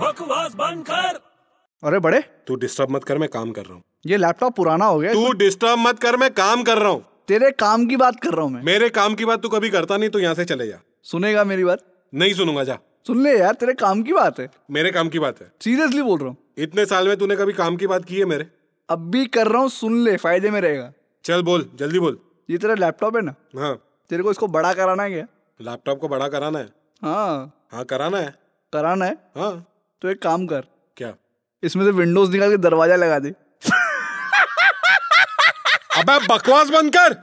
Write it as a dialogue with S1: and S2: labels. S1: बकवास बंद कर
S2: अरे बड़े
S3: तू डिस्टर्ब मत कर मैं काम कर रहा हूँ
S2: ये लैपटॉप पुराना हो गया
S3: तू डिस्टर्ब मत कर मैं काम कर रहा हूँ
S2: तेरे काम की बात कर रहा हूँ मैं
S3: मेरे काम की बात तू कभी करता नहीं तो यहाँ से चले जा
S2: सुनेगा मेरी बात
S3: नहीं सुनूंगा जा
S2: सुन ले यार तेरे काम की बात है
S3: मेरे काम की बात है
S2: सीरियसली बोल रहा हूँ
S3: इतने साल में तूने कभी काम की बात की है मेरे
S2: अब भी कर रहा हूँ सुन ले फायदे में रहेगा
S3: चल बोल जल्दी बोल
S2: ये तेरा लैपटॉप है ना
S3: हाँ
S2: तेरे को इसको बड़ा कराना है क्या
S3: लैपटॉप को बड़ा कराना है
S2: हाँ
S3: हाँ कराना है
S2: कराना है
S3: हाँ
S2: तो एक काम कर
S3: क्या
S2: इसमें से विंडोज निकाल के दरवाजा लगा दे
S3: अबे बकवास बंद कर